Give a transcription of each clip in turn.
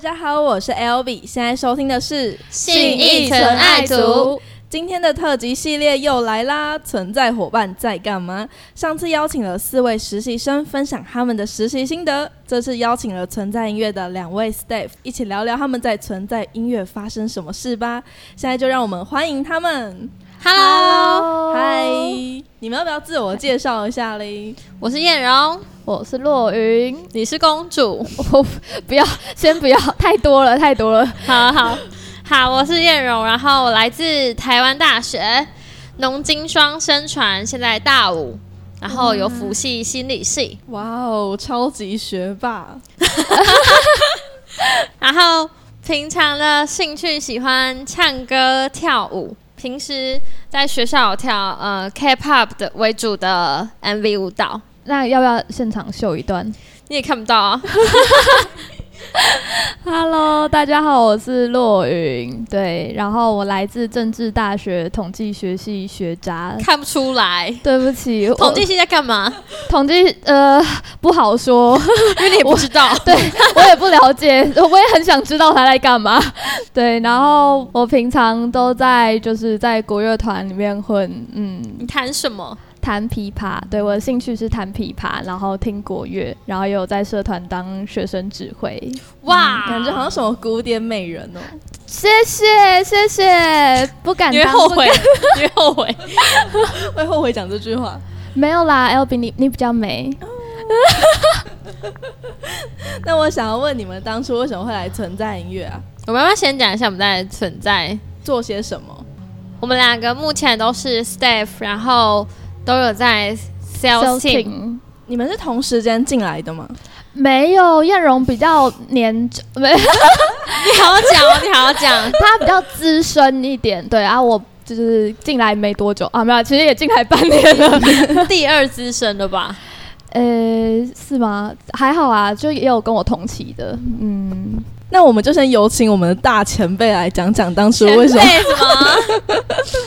家好，我是 L B，现在收听的是《信义纯爱族》。今天的特辑系列又来啦！存在伙伴在干嘛？上次邀请了四位实习生分享他们的实习心得，这次邀请了存在音乐的两位 staff 一起聊聊他们在存在音乐发生什么事吧。现在就让我们欢迎他们。 Hello，嗨，你们要不要自我介绍一下嘞？我是燕荣，我是洛云，你是公主。我不要，先不要，太多了，太多了。好好好，我是燕荣，然后我来自台湾大学农经双生传，现在大五，然后有辅系心理系，哇哦，超级学霸！然后平常的兴趣喜欢唱歌跳舞。平时在学校有跳呃 K-pop 的为主的 MV 舞蹈，那要不要现场秀一段你也看不到啊。 ？Hello，大家好，我是洛云，对，然后我来自政治大学统计学系学渣。看不出来。对不起，我统计系哦在干嘛？统计呃 不好说， 因为你也不知道。 对我也不了解，我也很想知道他在干嘛。对，然后我平常都在就是在国乐团里面混，嗯，你谈什么？弹琵琶，对我的兴趣是弹琵琶，然后听国乐，然后也有在社团当学生指挥。哇，感觉好像什么古典美人哦。谢谢谢谢，不敢你会当后悔，， 你会后悔。会后悔讲这句话。不没有啦 l b 你你比较美，那我想要问你们，当初为什么会来存在音乐啊？我们要不要先讲一下我们在存在？做些什么？我们两个目前都是 staff，然后都有在 sales team。挺你们是同时间进来的吗？没有燕荣比较年长， 没你好好讲哦，你好好 讲。他比较资深一点，对啊，我就是进来没多久啊，没有，其实也进来半年了， 第二资深的吧？呃、是吗？还好啊，就也有跟我同期的，嗯，那我们就先有请我们的大前辈来讲讲当初为什 么。前辈什么？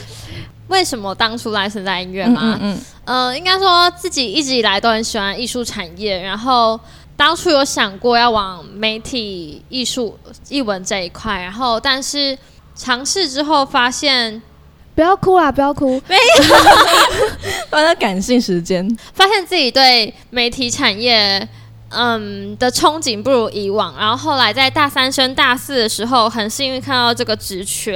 为什么当初来存在音乐嗯吗？嗯嗯，嗯，应该说自己一直以来都很喜欢艺术产业，然后当初有想过要往媒体、艺术、艺文这一块，然后但是尝试之后发现，不要哭啦，不要哭，帮他感性时间。发现自己对媒体产业。嗯的憧憬不如以往，然后后来在大三升大四的时候，很幸运看到这个职缺，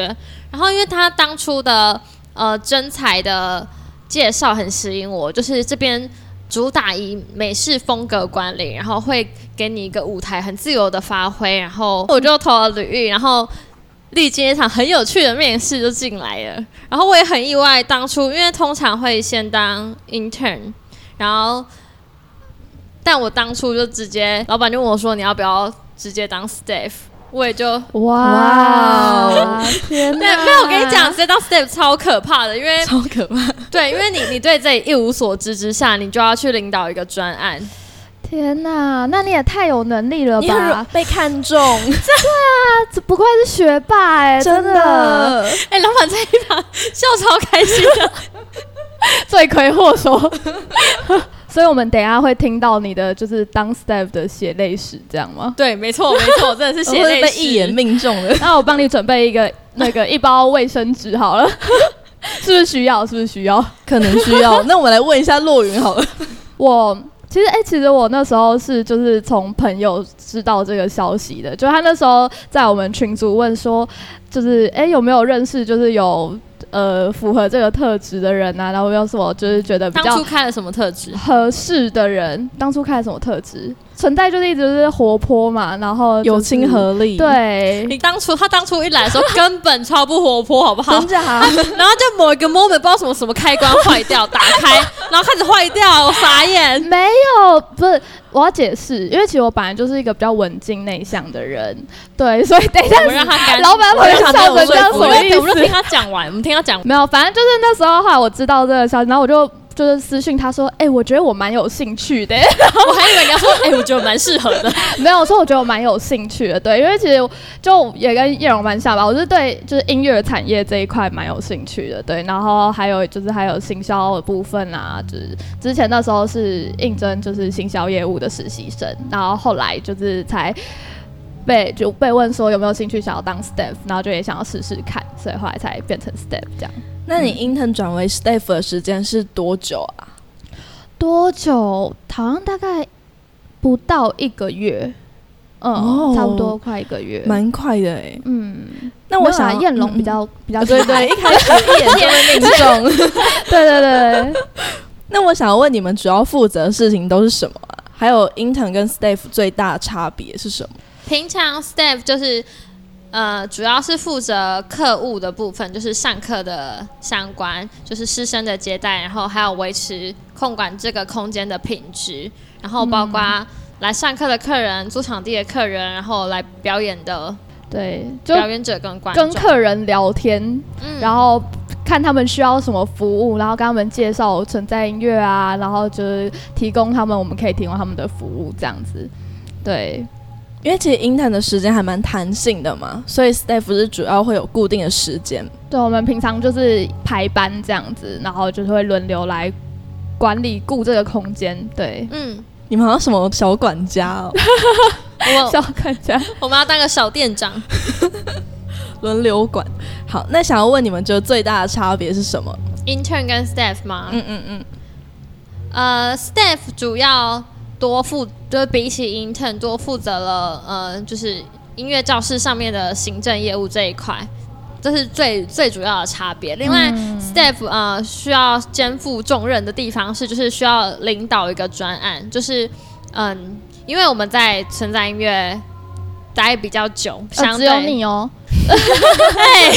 然后因为他当初的呃真才的介绍很吸引我，就是这边主打以美式风格管理，然后会给你一个舞台，很自由的发挥。然后我就投了履历，然后历经一场很有趣的面试就进来了。然后我也很意外，当初因为通常会先当 intern，然后但我当初就直接老板就问我说你要不要直接当 staff，我也就哇，哇天对，哪！没有，我跟你讲，直接到 step 超可怕的，因为超可怕！ 对，因为你你对自己一无所知之下，你就要去领导一个专案，天哪，那你也太有能力了你很容吧易？被看中，那这不愧是学霸哎、 真的的。哎、老板在一旁笑超开心的，罪魁祸首。 所以我们等一下会听到你的就是当 staff 的血泪史，这样吗？ 对，没错没错，真的是我血会泪被史一眼，命中的。那我帮你准备一个那个一包卫生纸好了， 是不是需要？是不是需要？ 可能需要。那我们来问一下洛云 好了。我其实哎、其实我那时候是就是从朋友知道这个消息的，就他那时候在我们群组问说，就是哎、有没有认识就是有呃符合这个特质的人啊？然后又说就是觉得比当较初看了什么特质？合适的人，当初看什么特质？存在就是一直是活泼嘛，然后就是有亲和力，，对，你当初他当初一来的时候根本超不活泼，好不 好真？假？然后就某一个 moment 不知道什么什么开关坏掉，打开，然后开始坏掉，我傻眼。没有，不是我要解释，因为其实我本来就是一个比较文静内向的人，对，所以等一下我们让他干老板我会们让他笑成这样我们什么意就我们就听思？他讲完，我们听他 讲完。没有，反正就是那时候后来我知道这个消息，然后我就就是私讯他说，哎、我觉得我蛮有兴趣的、我还以为你要说，哎、我觉得蛮适合的。 没有，所以我觉得我蛮有兴趣的，对，因为其实就也跟叶荣蛮像吧，我是对就是音乐产业这一块蛮有兴趣的，对，然后还有就是还有行销的部分啊，就是之前那时候是应征就是行销业务的实习生，然后后来就是才被就被问说有没有兴趣想要当 staff，然后就也想要试试看，所以后来才变成 staff 这样。那你 intern 转为 staff 的时间是多久啊？多久？好像大概不到一个月，嗯，哦差不多快一个月。蛮快的哎。嗯，那我没有啦想燕龙比嗯较、比较啊，对对，一开始一眼就被 命中。对对对对，那我想问你们主要负责的事情都是什么啊、还有 intern 跟 staff 最大的差别是什么？平常 staff 就是呃，主要是负责课务的部分，就是上课的相关，就是师生的接待，然后还有维持控管这个空间的品质，然后包括来上课的客人、租场地的客人，然后来表演的对，就表演者跟观众跟，客人聊天，嗯然后看他们需要什么服务，然后跟他们介绍存在音乐啊，然后就是提供他们我们可以提供他们的服务这样子。对，因为其实 intern 的时间还蛮弹性的嘛，所以 staff 是主要会有固定的时间。对，我们平常就是排班这样子，然后就是会轮流来管理顾这个空间。对，嗯，你们好像什么小管家哦，我小管家，我们要当个小店长。轮流管。好，那想要问你们，觉得最大的差别是什么？ intern 跟 staff 吗？嗯嗯嗯，呃，staff 主要多负，就是比起 intern 多负责了，呃，就是音乐教室上面的行政业务这一块，这是最最主要的差别。另外、s 嗯 t a f f 呃需要肩负重任的地方是，就是需要领导一个专案，就是嗯，因为我们在存在音乐待比较久，呃相只对、有 你哦，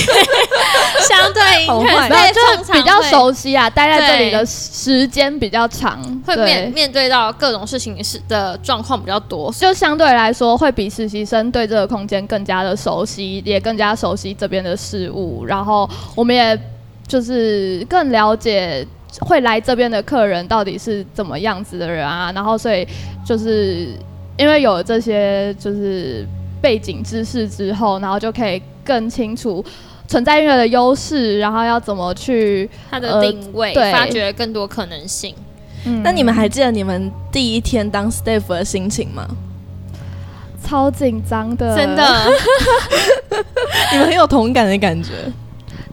相对好坏 intern 没有 staff 就通是常比较会熟悉啊，待在这里对的时间比较长，会对面面对到各种事情是的状况比较多，就相对来说，会比实习生对这个空间更加的熟悉，也更加熟悉这边的事物。然后我们也就是更了解会来这边的客人到底是怎么样子的人啊。然后所以就是因为有了这些就是背景知识之后，然后就可以更清楚存在音乐的优势，然后要怎么去。它的呃定位，对发掘更多可能性。嗯那你们还记得你们第一天当 staff 的心情吗？ 超紧张的，真的，你们很有同感的感觉。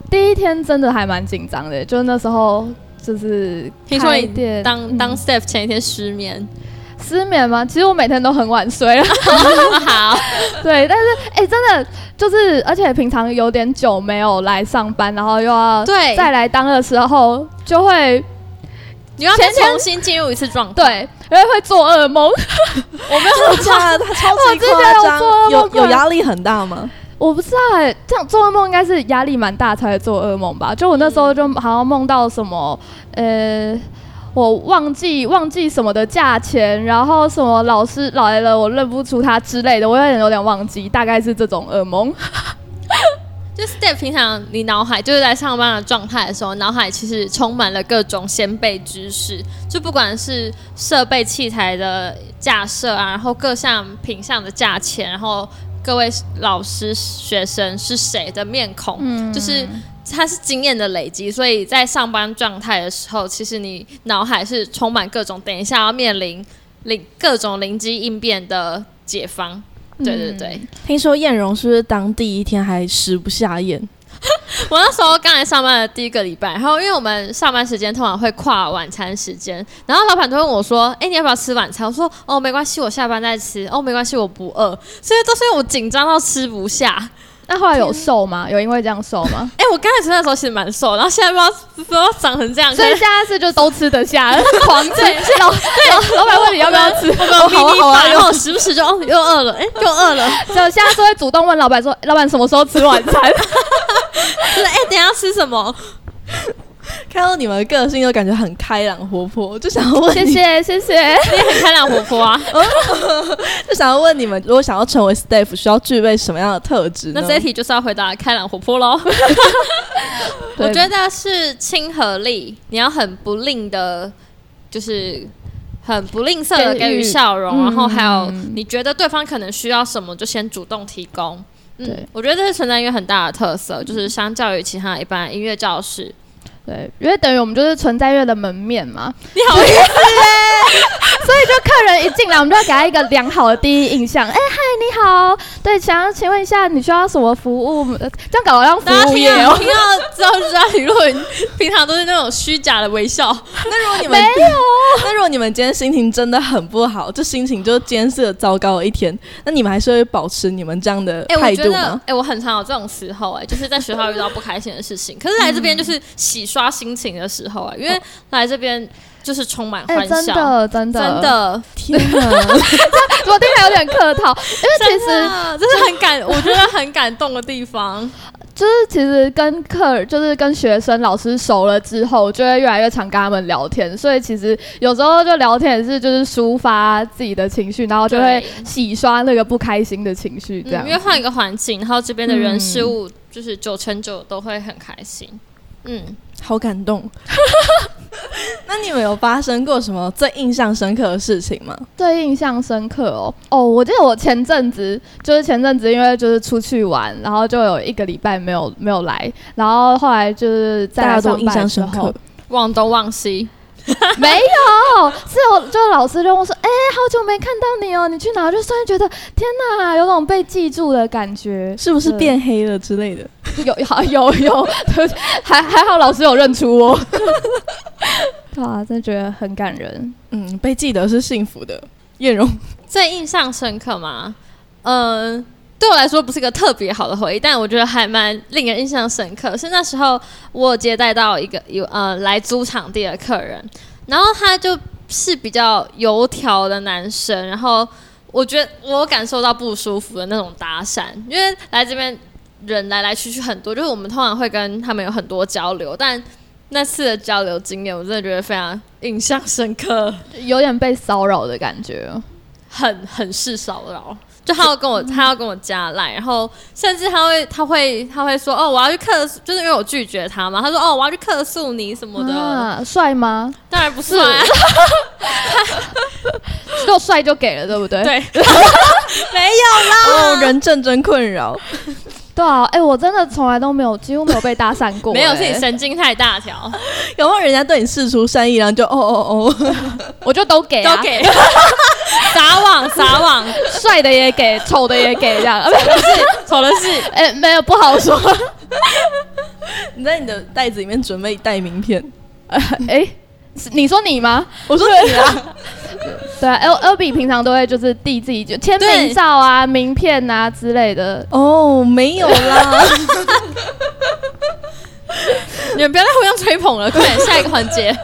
第一天真的还蛮紧张的，就是那时候就是听说你开店当嗯当 staff 前一天失眠，失眠吗？其实我每天都很 晚睡啊， 好，对，但是哎、真的就是，而且平常有点久没有来上班，然后又要对再来当的时候，就会你要再前天重新进入一次状态。对，因为会做噩梦。我没有假的，他超级之前有夸张做噩，梦有过有压力很大吗？我不知道哎、这样做噩梦应该是压力蛮大才会做噩梦吧？就我那时候就好像梦到什么，呃，我忘记忘记什么的价钱，然后什么老师来了我认不出他之类的，我有点有点忘记，大概是这种噩梦。就 staff 平常你脑海就是在上班的状态的时候，脑海其实充满了各种先辈知识，就不管是设备器材的架设啊，然后各项品项的价钱，然后各位老师学生是谁的面孔，就是。它是经验的累积，所以在上班状态的时候，其实你脑海是充满各种等一下要面临临各种临机应变的解方。对对对，听说燕荣是不是当第一天还食不下咽？我那时候刚来上班的第一个礼拜，然后因为我们上班时间通常会跨晚餐时间，然后老板都问我说：“哎、你要不要吃晚餐？”我说：“哦，没关系，我下班再吃。哦，没关系，我不饿。”所以都是因为我紧张到吃不下。？那后来有瘦吗？ 有因为这样瘦吗哎、我刚开始那时候其实蛮瘦，然后现在不知道不知道长成这样， 所以可现能在是就都吃得下， 狂吃。老老老板问你要不要吃，我们好啊迷你 好啊版然后时不时就哦又饿了，哎、又饿了， 就现在是会主动问老板说，老板什么时候吃晚餐？就是 哎、等一下吃什么？看到你们的个性都感觉很开朗活泼，我就想要问 谢你， 哦谢谢谢。你也很开朗活泼啊，就想要问你们，如果想要成为 staff，需要具备什么样的特质呢？那这一题就是要回答开朗活泼喽。我 对觉得是亲和力，你要很不吝的，就是很不吝啬的给给予予笑容，然后还有嗯你觉得对方可能需要什么，就先主动提供。嗯对，我觉得这是存在音乐很大的特色，就是相较于其他一般音乐教室，对，因为等于我们就是存在乐的门面嘛。你好意思、所以就客人一进来，我们就要给他一个良好的第一印象。哎、嗨，你好，对，想要请问一下，你需要什么服务？呃这样搞得像大家服务听业哦、 到听到之后就知道李若云 平常都是那种虚假的微笑，那如果你们没有， 那如果你们今天心情真的很不好，这心情就今天是个糟糕的一天，那你们还是会保持你们这样的哎、态我觉度得，吗哎、？我很常有这种时候、哎，就是在学校遇到不开心的事情，可是来这边就是洗刷心情的时候、哎，因为来这边就是充满哦哎、欢笑，真的，真的，嗯真，的，天 哪！ 我听起来有点客套，因为其实真的这是很感，我觉得很感动的地方。就是其实跟客就是跟学生老师熟了之后，就会越来越常跟他们聊天，所以其实有时候就聊天也是就是抒发自己的情绪，然后就会洗刷那个不开心的情绪， 这样嗯，因。为换一个环境，然后这边的人嗯事物，就是九成九都会很开心。嗯，好感动。 那你们有发生过什么最印象深刻的事情吗？最印象深刻哦哦，我记得我前阵子就是前阵子因为就是出去玩，然后就有一个礼拜没有没有来，然后后来就是在大家来上都班印象的时深候刻。忘东忘西，没有，是有就老师就问我说：“哎、好久没看到你哦，你去哪？”我就突然觉得天哪，有种被记住的感觉，是不是变黑了之类的？有好有有，对还还好老师有认出我。对啊，真的觉得很感人。嗯，被记得是幸福的。艳荣，最印象深刻吗？嗯、对我来说不是一个特别好的回忆，但我觉得还蛮令人印象深刻。是那时候我有接待到一个有呃来租场地的客人，然后他就是比较油条的男生，然后我觉得我有感受到不舒服的那种搭讪，因为来这边人来来去去很多，就是我们通常会跟他们有很多交流，但那次的交流经验，我真的觉得非常印象深刻。有点被骚扰的感觉，很很是骚扰，就他要跟我他要跟我加赖，然后甚至他会他会他会说哦我要去客诉，就是因为我拒绝他嘛，他说哦我要去客诉你什么的，啊帅吗？当然不是啊，够帅就给了，对不 对？对， 没有啦， 哦，人正真困扰。对啊，哎、我真的从来都没有，几乎没有被搭讪过、 没有哎是你神经太大条，有没有人家对你示出善意，然后就哦哦哦， 我就都给、啊， 都给 撒网撒 网，帅的也给，丑的也给，这样。啊不是 丑的是哎、没有不好说。你在你的袋子里面准备一袋名片。哎、是你说你吗？我说你啊，对啊，L L B 平常都会就是递自己就签对名照啊、名片啊之类的。哦，没有啦。 你们不要再互相吹捧了，快点下一个环节。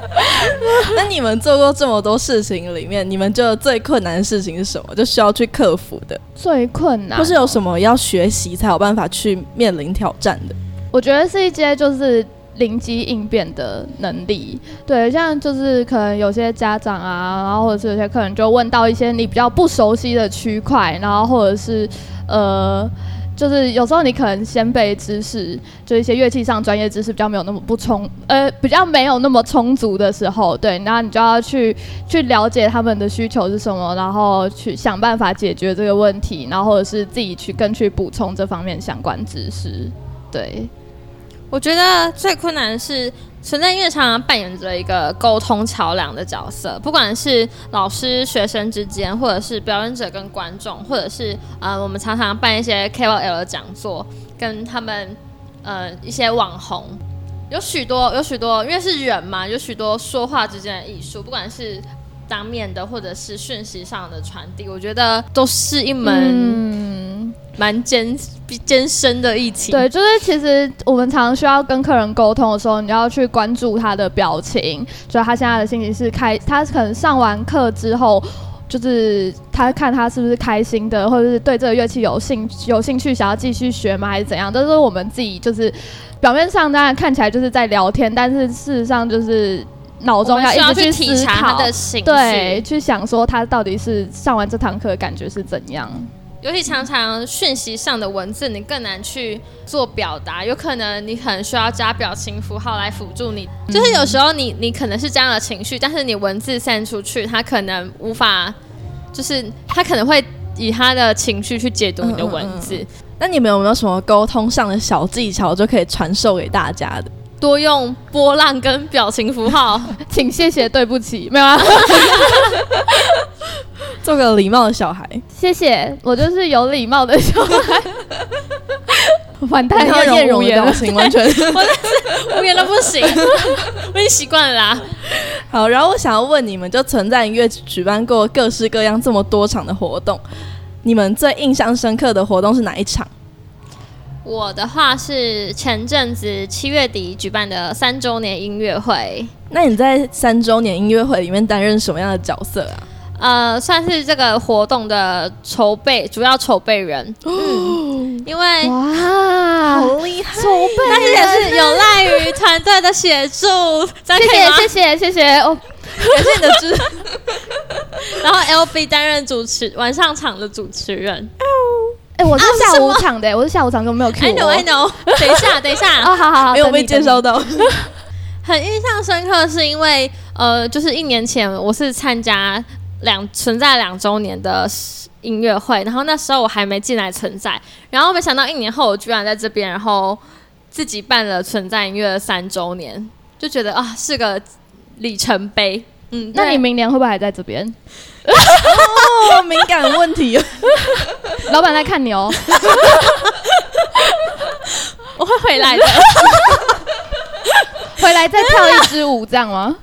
那你们做过这么多事情里面，你们觉得最困难的事情是什么？就需要去克服的，最困难，或是有什么要学习才有办法去面临挑战的？我觉得是一些就是灵机应变的能力。对，像就是可能有些家长啊，然后或者是有些客人就问到一些你比较不熟悉的区块，然后或者是呃。就是有时候你可能先辈知识，就一些乐器上专业知识比较没有那么不充，呃，比较没有那么充足的时候，对，那你就要去去了解他们的需求是什么，然后去想办法解决这个问题，然后或者是自己去更去补充这方面相关知识，对。我觉得最困难的是存在音乐常常扮演着一个沟通桥梁的角色，不管是老师、学生之间，或者是表演者跟观众，或者是呃，我们常常办一些 KOL 的讲座，跟他们呃一些网红，有许多有许多，因为是人嘛，有许多说话之间的艺术，不管是当面的或者是讯息上的传递，我觉得都是一门嗯，蛮艰艰深的疫情。对，就是其实我们常需要跟客人沟通的时候，你要去关注他的表情，就他现在的心情是开，他可能上完课之后。就是他看他是不是开心的，或者是对这个乐器有兴有兴趣，想要继续学吗，还是怎样？都是我们自己就是表面上当然看起来就是在聊天，但是事实上就是脑我中们需一要直去体思察他考，的情绪，对，去想说他到底是上完这堂课的感觉是怎 样。尤其常常讯息上的文字，你更难去做表达，有可能你可能需要加表情符号来辅助你。就是嗯有时候你你可能是这样的情绪，但是你文字散出去，他可能无法，就是他可能会以他的情绪去解读你嗯的文字。那你们有没有什么沟通上的小技巧就可以传授给大家的？多用波浪跟表情符号。 请谢谢对不起，没有啊，做个礼貌的小孩，谢谢，我就是有礼貌的小孩。 完蛋，然后要艳演荣无的言表了。情完全无言都不行， 我已经习惯了啦。好。然后我想要问你们，就存在音乐举办过各式各样这么多场的活动，你们最印象深刻的活动是哪一场？我的话是前阵子七月底举办的三周年音乐会，那你在三周年音乐会里面担任什么样的角色啊？呃，算是这个活动的筹备主要筹备人，嗯，因为哇，厉害！筹备，但是也是有赖于团队的协助，这样可以吗？谢谢谢谢谢谢哦，感谢你的支持。 然后 LB 担任主持晚上场的主持人。哎，我是啊下什午么场的，我是下午场，怎么没有 I Q know 我 I？know，等一下等一下，哦，好好好，没有等你被介绍，到，很印象深刻，是因为呃，就是一年前我是参加两存在两周年的音乐会，然后那时候我还没进来存在，然后没想到一年后我居然在这边，然后自己办了存在音乐三周年，就觉得啊是个里程碑。嗯，那对你明年会不会还在这边？ 哦，敏感问题。老板在看你 哦，我会回来的。回来再跳一支舞，这样吗？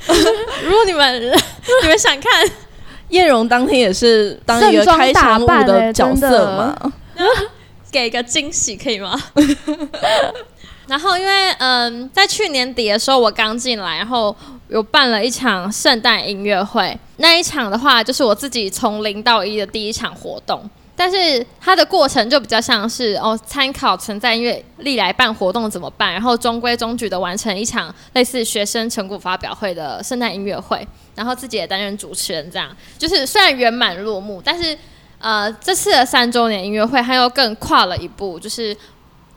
如果你们 你们想看，艳荣当天也是当一个盛装开场舞打扮的欸角真的色嘛，给个惊喜可以吗？ 然后因为嗯，在去年底的时候我刚进来，然后有办了一场圣诞音乐会。那一场的话，就是我自己从零到一的第一场活动。但是它的过程就比较像是哦，参考存在音乐历来办活动怎么办，然后中规中矩的完成一场类似学生成果发表会的圣诞音乐会，然后自己也担任主持人，这样就是虽然圆满落幕，但是呃，这次的三周年音乐会，它又更跨了一步，就是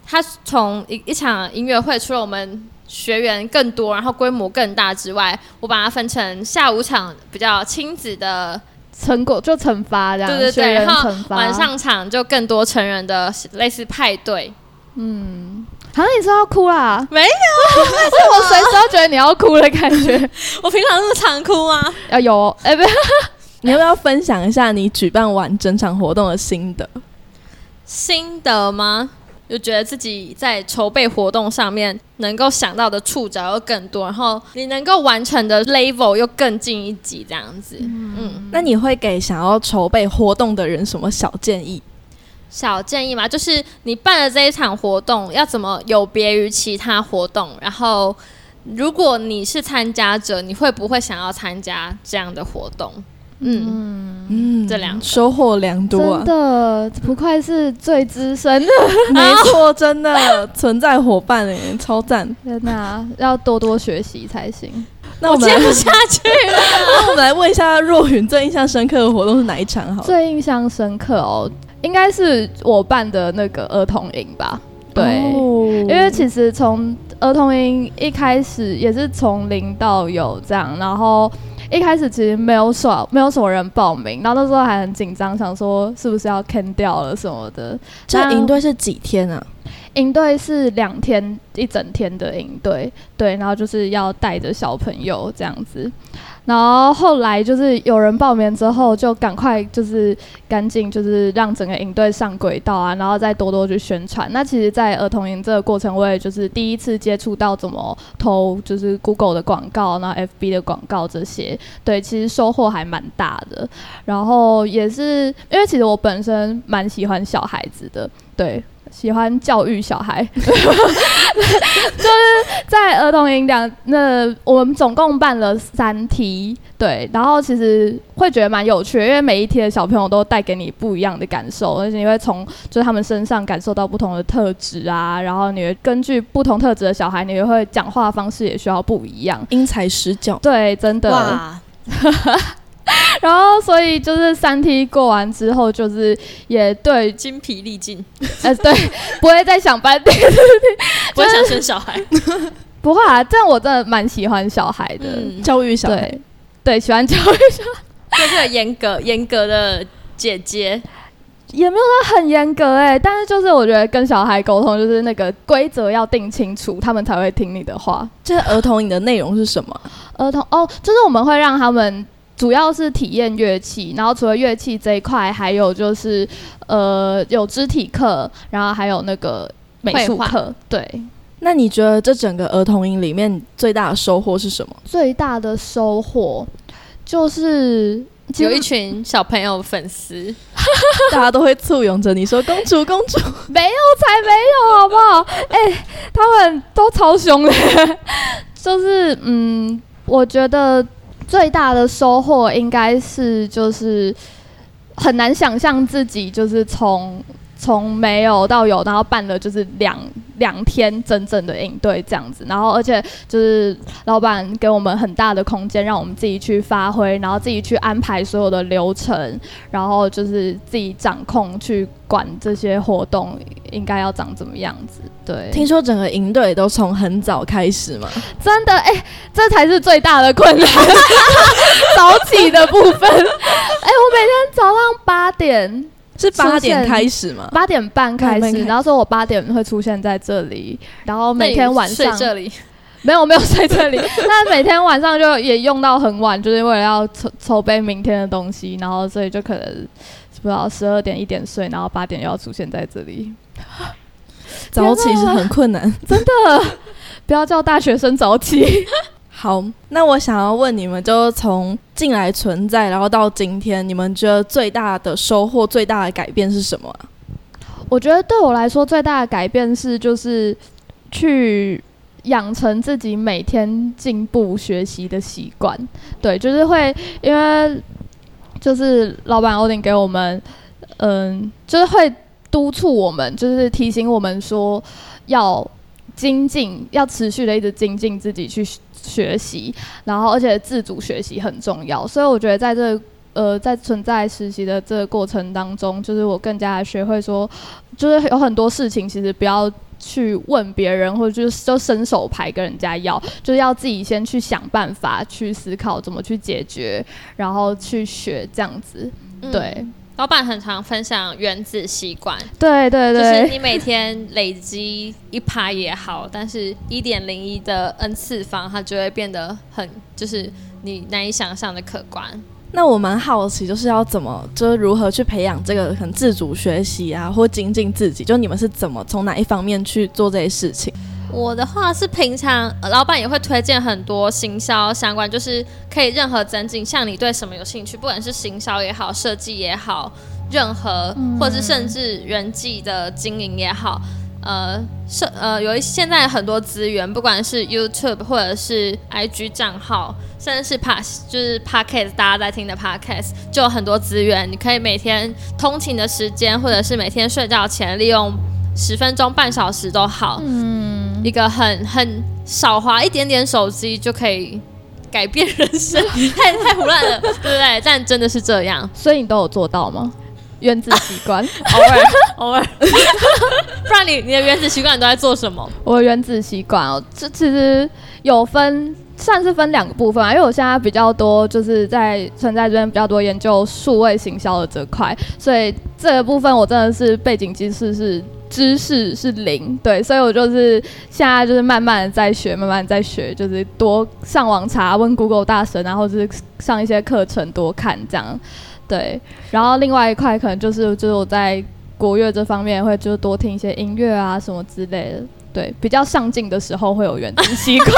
它从一一场音乐会，除了我们学员更多，然后规模更大之外，我把它分成下午场比较亲子的，成果就惩罚这样，对对学对，人然后惩罚。晚上场就更多成人的类似派对。好啊像你说要哭啦， 没有，但是我随时都觉得你要哭的感觉。 我平常那么常哭吗？啊，有哦，哎，不，你要不要分享一下你举办完整场活动的心得？心得吗？就觉得自己在筹备活动上面能够想到的触角又更多，然后你能够完成的 level 又更近一级，这样子。嗯，那你会给想要筹备活动的人什么小建议？小建议嘛，就是你办了这一场活动，要怎么有别于其他活动？然后，如果你是参加者，你会不会想要参加这样的活动？嗯，嗯，这两个收获良多啊真，的不愧是最资 深的没哦错，真的存在伙伴哎、超赞。天哪，啊要多多学习才行。那我们接来，不下去了。 那我们来问一下若云最印象深刻的活动是哪一场？好了，最印象深刻哦，应该是我办的那个儿童营吧。哦对，因因为其实从儿童营一开始也是从零到有这样，然后一开始其实没有少没有什么人报名，然后那时候还很紧张，想说是不是要坑掉了什么的。这那营队是几天啊？营队是两天一整天的营队，对，然后就是要带着小朋友这样子。然后后来就是有人报名之后，就赶快就是赶紧就是让整个营队上轨道啊，然后再多多去宣传。那其实，在儿童营这个过程，我也就是第一次接触到怎么投就是 Google 的广告，然后 FB 的广告这些，对，其实收获还蛮大的。然后也是因为其实我本身蛮喜欢小孩子的，对，喜欢教育小孩， 就是在儿童营两那我们总共办了三梯，对，然后其实会觉得蛮有趣的，因为每一梯的小朋友都带给你不一样的感受，而且你会从就是他们身上感受到不同的特质啊，然后你会根据不同特质的小孩，你会讲话方式也需要不一样。因材施教，对，真的。哇，然后，所以就是三梯过完之后，就是也对，精疲力尽，呃，对，不会再想班第不会想生小 孩。不会啊，但我真的蛮喜欢小孩的，嗯，教育小孩。对对，喜欢教育小孩，就是有严格严格的姐姐，也没有到很严格哎、但是就是我觉得跟小孩沟通，就是那个规则要定清楚，他们才会听你的话。这儿童营的内容是什么？啊儿童哦，就是我们会让他们主要是体验乐器，然后除了乐器这一块，还有就是呃有肢体课，然后还有那个美术绘画课。对，那你觉得这整个儿童营里面最大的收获是什么？ 最大的收获就是其有实一群小朋友粉丝，大家都会簇拥着你说“公主，公主没有才没有，好不好？哎、他们都超凶的， 就是嗯，我觉得最大的收获应该是就是很难想象自己就是从从没有到有，然后办了就是两两天整整的应对这样子，然后而且就是老板给我们很大的空间，让我们自己去发挥，然后自己去安排所有的流程，然后就是自己掌控去管这些活动应该要长怎么样子。”。对，听说整个营队都从很早开始嘛？真的，哎、这才是最大的困难， 早起的部分。哎、我每天早上八点、是八点出现开始吗？八点半开8点半开始，始然后说我八点会出现在这里，然后每天晚上睡这里，没有没有睡这里， 但每天晚上就也用到很晚，就是为了要筹筹备明天的东西，然后所以就可能。不知道十二点一点睡，然后八点又要出现在这里，早起是很困难。不要叫大学生早起。好，那我想要问你们，就从进来存在，然后到今天，你们觉得最大的收获、最大的改变是什么啊、我觉得对我来说最大的改变是，就是去养成自己每天进步学习的习惯。对，就是会因为就是老板欧丁给我们，嗯，就是会督促我们，就是提醒我们说要精进，要持续的一直精进自己去学学习，然后而且自主学习很重要。所以我觉得在这个呃，在存在实习的这个过程当中，就是我更加地学会说，就是有很多事情其实不要去问别人，或者就是就伸手牌跟人家要，就是要自己先去想办法，去思考怎么去解决，然后去学这样子。嗯对、老板很常分享原子习惯，对对就是对，你每天累积一趴也好，但是一点零一的 n 次方，它就会变得很就是你难以想象的可观。那我蛮好奇，就是要怎么，就是如何去培养这个很自主学习啊，或精进自己？就你们是怎么从哪一方面去做这些事情？我的话是平常呃老板也会推荐很多行销相关，就是可以任何增进，像你对什么有兴趣，不管是行销也好，设计也好，任何或者是甚至人际的经营也好，呃，是呃有一现在很多资源，不管是 YouTube 或者是 IG 账号，甚至是 p a s 就是 Podcast 大家在听的 Podcast，就有很多资源，你可以每天通勤的时间，或者是每天睡觉前利用。十分钟、半小时都好，一个很很少花一点点手机就可以改变人生， 太太胡乱了，对不对？但真的是这样，所以你都有做到吗？原子习 惯，偶尔偶尔，不然你你的原子习惯你都在做什么？我的原子习惯哦，这其实有分，算是分两个部分啊，因为我现在比较多就是在存在这边比较多研究数位行销的这块，所以这个部分我真的是背景知识是知识是零，对，所以我就是现在就是慢慢的在学，慢慢地在学，就是多上网查问 Google 大神，然后就是上一些课程多看这样，对，然后另外一块可能就是就是我在。国乐这方面会就是多听一些音乐啊什么之类的，对，比较上进的时候会有原子 习惯。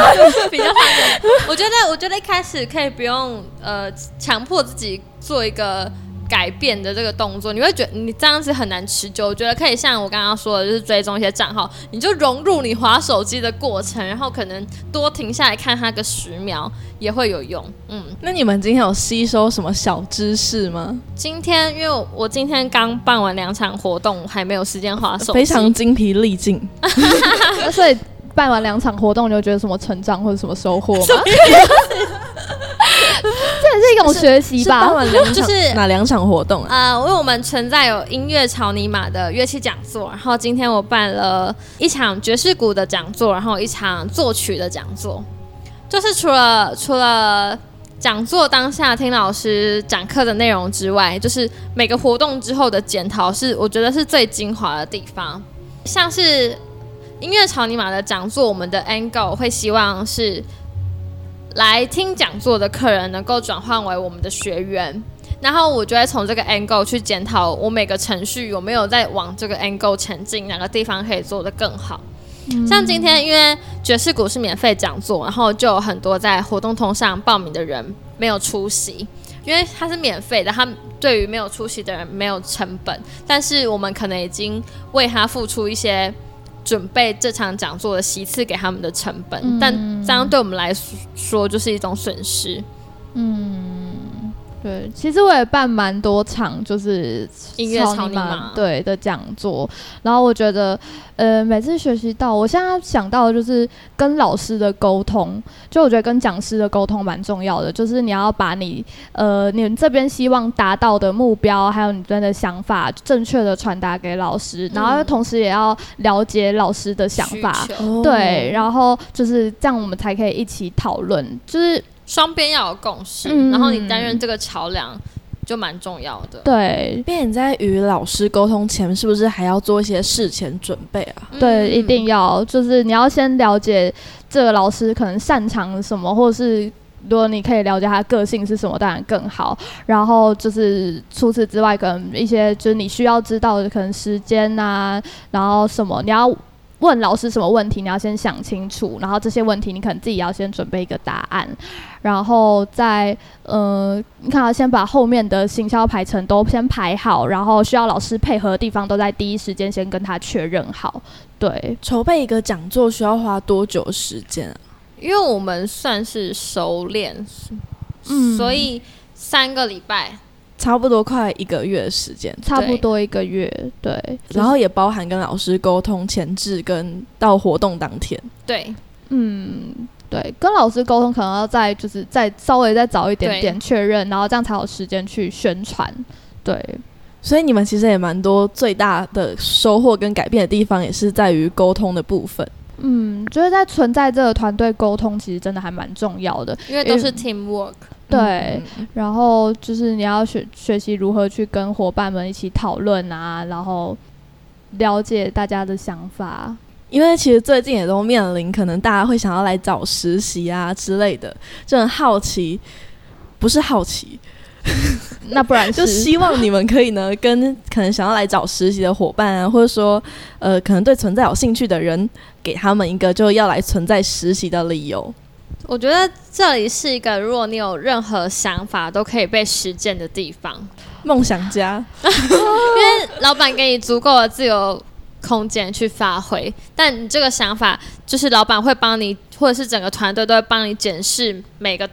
比较反人。我觉得，我觉得一开始可以不用呃强迫自己做一个改变的这个动作，你会觉得你这样子很难持久。我觉得可以像我刚刚说的，就是追踪一些账号，你就融入你划手机的过程，然后可能多停下来看它个十秒也会有用。嗯，那你们今天有吸收什么小知识吗？今天因为我我今天刚办完两场活动，还没有时间划手机，非常精疲力尽，那所以办完两场活动，你就觉得什么成长或者什么收获吗？这也 是一种学习是办吧。完两场就是哪两场活 动啊？呃，因为我们存在有音乐草泥马的乐器讲座，然后今天我办了一场爵士鼓的讲座，然后一场作曲的讲座，就是除了除了讲座当下听老师讲课的内容之外，就是每个活动之后的检讨是我觉得是最精华的地方。像是音乐草泥马的讲座，我们的 angle 会希望是来听讲座的客人能够转换为我们的学员。然后我就会从这个 angle 去检讨我每个程序有没有在往这个 angle 前进，哪个地方可以做得更好。嗯像今天因为爵士鼓是免费讲座，然后就有很多在活动通上报名的人没有出席，因为它是免费的，他对于没有出席的人没有成本，但是我们可能已经为他付出一些准备这场讲座的席次给他们的成本，嗯但这样对我们来说就是一种损失。嗯对，其实我也办蛮多场，就是音乐草草泥泥马对的讲座，然后我觉得，呃，每次学习到，我现在想到的就是跟老师的沟通，就我觉得跟讲师的沟通蛮重要的，就是你要把你呃你们这边希望达到的目标，还有你这边的想法，正确的传达给老师，然后同时也要了解老师的想法，嗯需求对，，然后就是这样，我们才可以一起讨论，就是双边要有共识，嗯然后你担任这个桥梁就蛮重要的。对，便你在与老师沟通前，是不是还要做一些事前准备啊？对，嗯一定要，就是你要先了解这个老师可能擅长什么，或者是如果你可以了解他个性是什么，当然更好。然后就是除此之外，可能一些就是你需要知道的，可能时间啊，然后什么，你要问老师什么问题，你要先想清楚。然后这些问题你可能自己要先准备一个答案，然后再呃，你看啊，先把后面的行销排程都先排好，然后需要老师配合的地方都在第一时间先跟他确认好。对，筹备一个讲座需要花多久时间啊？因为我们算是熟练，嗯所以三个礼拜，差不多快一个月的时间，差不对多一个月。对，然后也包含跟老师沟通前置跟到活动当天。对嗯，对，跟老师沟通可能要再就是再稍微再早一点对点确认，然后这样才有时间去宣传。对，所以你们其实也蛮多最大的收获跟改变的地方，也是在于沟通的部分。嗯，就是在存在这个团队沟通，其实真的还蛮重要的。因为都是 team work，对，嗯然后就是你要学学习如何去跟伙伴们一起讨论啊，然后了解大家的想法。因为其实最近也都面临，可能大家会想要来找实习啊之类的，就很好奇，不是好奇，那不然 就是希望你们可以呢，跟可能想要来找实习的伙伴啊，或者说呃，可能对存在有兴趣的人，给他们一个就要来存在实习的理由。我觉得这里是一个，如果你有任何想法都可以被实践的地方，梦想家，因为老板给你足够的自由空间去发挥，但你这个想法就是老板会帮你，或者是整个团队都会帮你检视每个。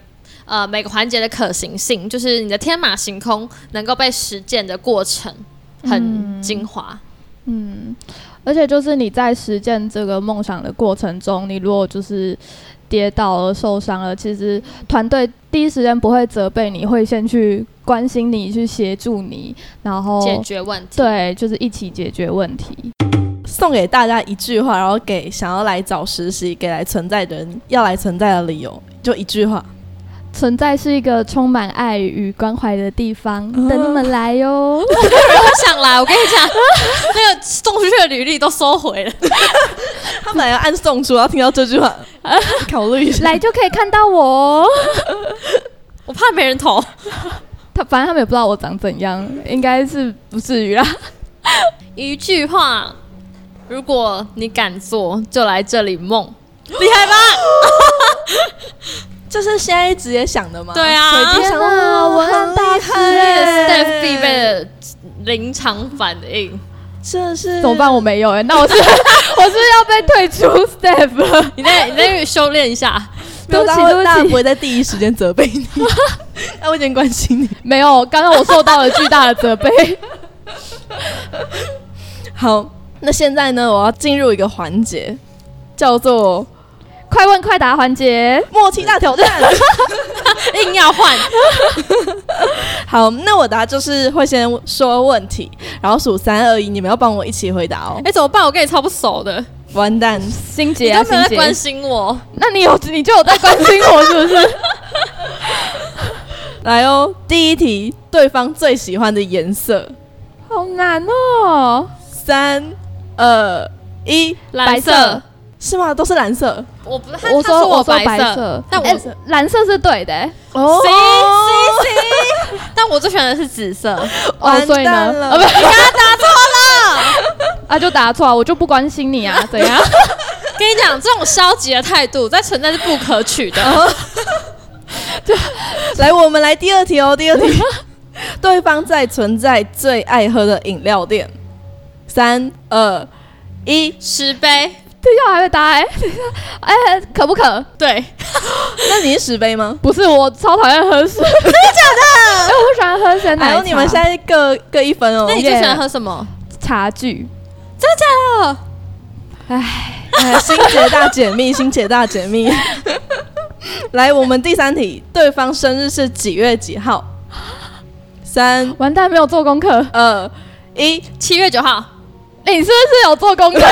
呃，每个环节的可行性，就是你的天马行空能够被实践的过程，很精华。嗯，而且就是你在实践这个梦想的过程中，你如果就是跌倒了、受伤了，其实团队第一时间不会责备你，会先去关心你、去协助你，然后解决问题。，嗯对，就是一起解决问题。送给大家一句话，然后给想要来找实习、给来存在的人要来存在的理由，就一句话。存在是一个充满爱与关怀的地方，哦等你们来哟。我想来，我跟你讲，那个送出去的履历都收回了。 他本来要按送出，然后听到这句 话，考虑一下。 来就可以看到我哦。我怕没人投，他反正他们也不知道我长怎样，应该是不至于啦。一句话，如果你敢做，就来这里梦。厉害吧？这是现在直接想的吗？对啊随机想到哪哇文案大师好厉害这是耶 Steph 必备的临场反应。这是怎么办？我没有哎、那我是 我是要被退出 staff 了。你再你再修炼一下，没有对不大起家对不大家起不会在第一时间责备你， 那我已经关心你。没有，刚刚我受到了巨大的责备。好，那现在呢，我要进入一个环节，叫做 快问快答环节，默契大挑战。硬要换。 好，那我答就是会先说问题，然后数三二一，你们要帮我一起回答哦哎、。怎么办？我跟你超不熟的，完蛋，心你杰啊，都没有心在关杰，心我。 那你有你就有在关心我是不是？来哦，第一题，对方最喜欢的颜色，好难哦。三、二、一，蓝色，是吗？都是蓝色。我不，他我他说说我说白白色，但我哎蓝色是对的、欸。哦行行行，但我最喜欢的是紫色。哦，完所以呢，蛋了啊不，你刚刚答 错了，啊就答错啊，我就不关心你啊，怎样？ 跟你讲，这种消极的态度在存在是不可取的。 来，我们来第二题哦，第二 题，对方在存在最爱喝的饮料店，三、二、一，石碑，等一下我还会答哎、 等一下哎、渴不渴？对，那你是石杯吗？不是，我超讨厌喝 水，真的假 的？哎、我不喜欢喝鲜奶还茶。有哎你们现在各各一分哦那。你最耶喜欢喝什么？茶具，真的假的？哎心结大解 密，心结大解密。 来，我们第三题，对方生日是几月几号？三完蛋，没有做功课。二一，七月九号，哎、你是不是有做功课、啊？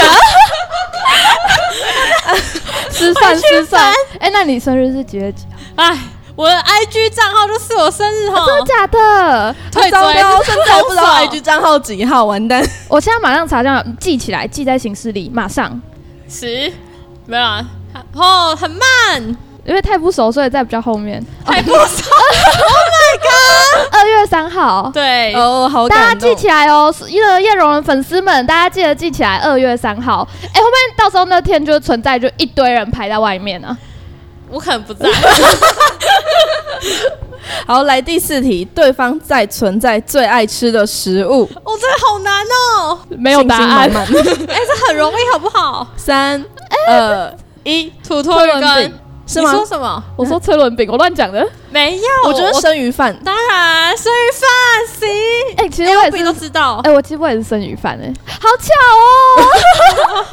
失算失算，哎、那你生日是几月几号？哎，我的 IG 账号就是我生日号，真的假 的？退糟糕，追，现在不知道分 IG 账号几号，完蛋。我现在马上查账，记起来，记在行事历，马上，十，没有啊，哦，很慢，因为太不熟，所以在比较后面。哦太 不熟，二月三号，对，哦，好哎大家感记动。起来哦，因为叶荣的粉丝们，大家记得记起来，二月三号。哎、后面到时候那天就存在就一堆人排在外面啊。我可能不 在，好，来第四题，对方在存在最爱吃的食物，我、哦、这个好难哦，没有答案信心满满。哎、这很容易好不好？三二一，土托鱼车轮羹饼是你吗说？什么？我说车轮饼，我乱讲的。没有，我觉得生鱼饭。当然生鱼饭行，哎、其实我也自己，是都知道。哎、我其实我也是生鱼饭哎、好哦巧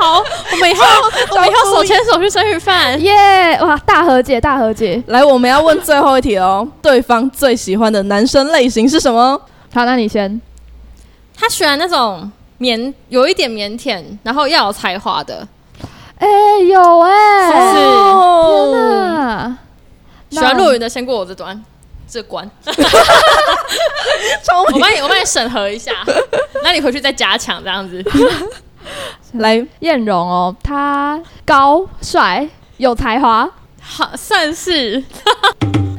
好，我们以后 我们以后手牵手去生鱼饭 哦，。 耶、哇，大和解，大和解。来，我们要问最后一题哦，对方最喜欢的男生类型是什么？好，那你先。他喜欢那种腼，有一点腼腆，然后要有才华的，哎、有哎、是天哦，哪！喜欢落云的先过我这端。这关，超我帮你，我帮你审核一 下，那你回去再加强这样子。来，艳荣哦，他高帅有才华，好，算是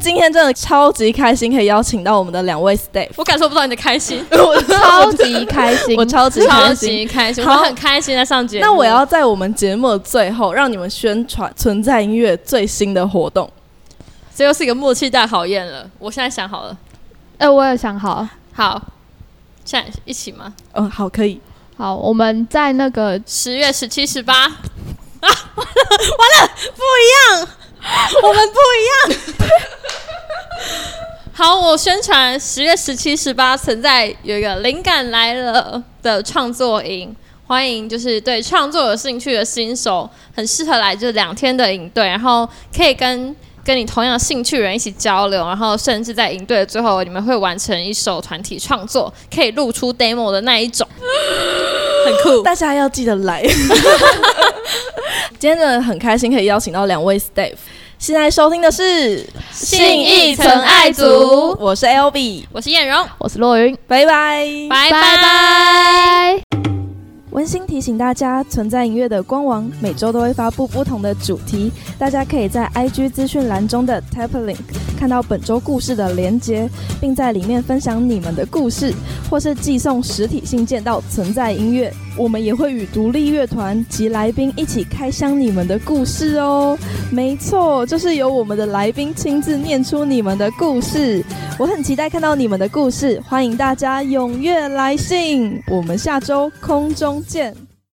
今天真的超级开心，可以邀请到我们的两位 staff，我感受不到你的开心， 我 超级开心。 我超级超开级心。开心，我好们很开心在上节目。那我要在我们节目的最后，让你们宣传存在音乐最新的活动。这又是一个默契大考验了。我现在想好了，哎、我也想好，好，现在一起吗？嗯，好，可以。好，我们在那个十月十七、十八 啊，完了完了，不一 样，我们不一样。好，我宣传十月十七、十八存在有一个灵感来了的创作营，欢迎就是对创作有兴趣的新手，很适合来这两天的营队，然后可以跟跟你同样兴趣的人一起交流，然后甚至在营队的最后，你们会完成一首团体创作，可以露出 demo 的那一种， 很酷。 大家要记得来。今天真的很开心，可以邀请到两位 staff。现在收听的是《信义纯爱族我是 L B，我是燕荣，我是洛云，拜拜，拜拜拜温馨提醒大家，存在音乐的官网每周都会发布不同的主题，大家可以在 IG 资讯栏中的 Tap Link 看到本周故事的连接，并在里面分享你们的故事，或是寄送实体信件到存在音乐。我们也会与独立乐团及来宾一起开箱你们的故事哦。没错，就是由我们的来宾亲自念出你们的故事。我很期待看到你们的故事，欢迎大家踊跃来信。我们下周空中见。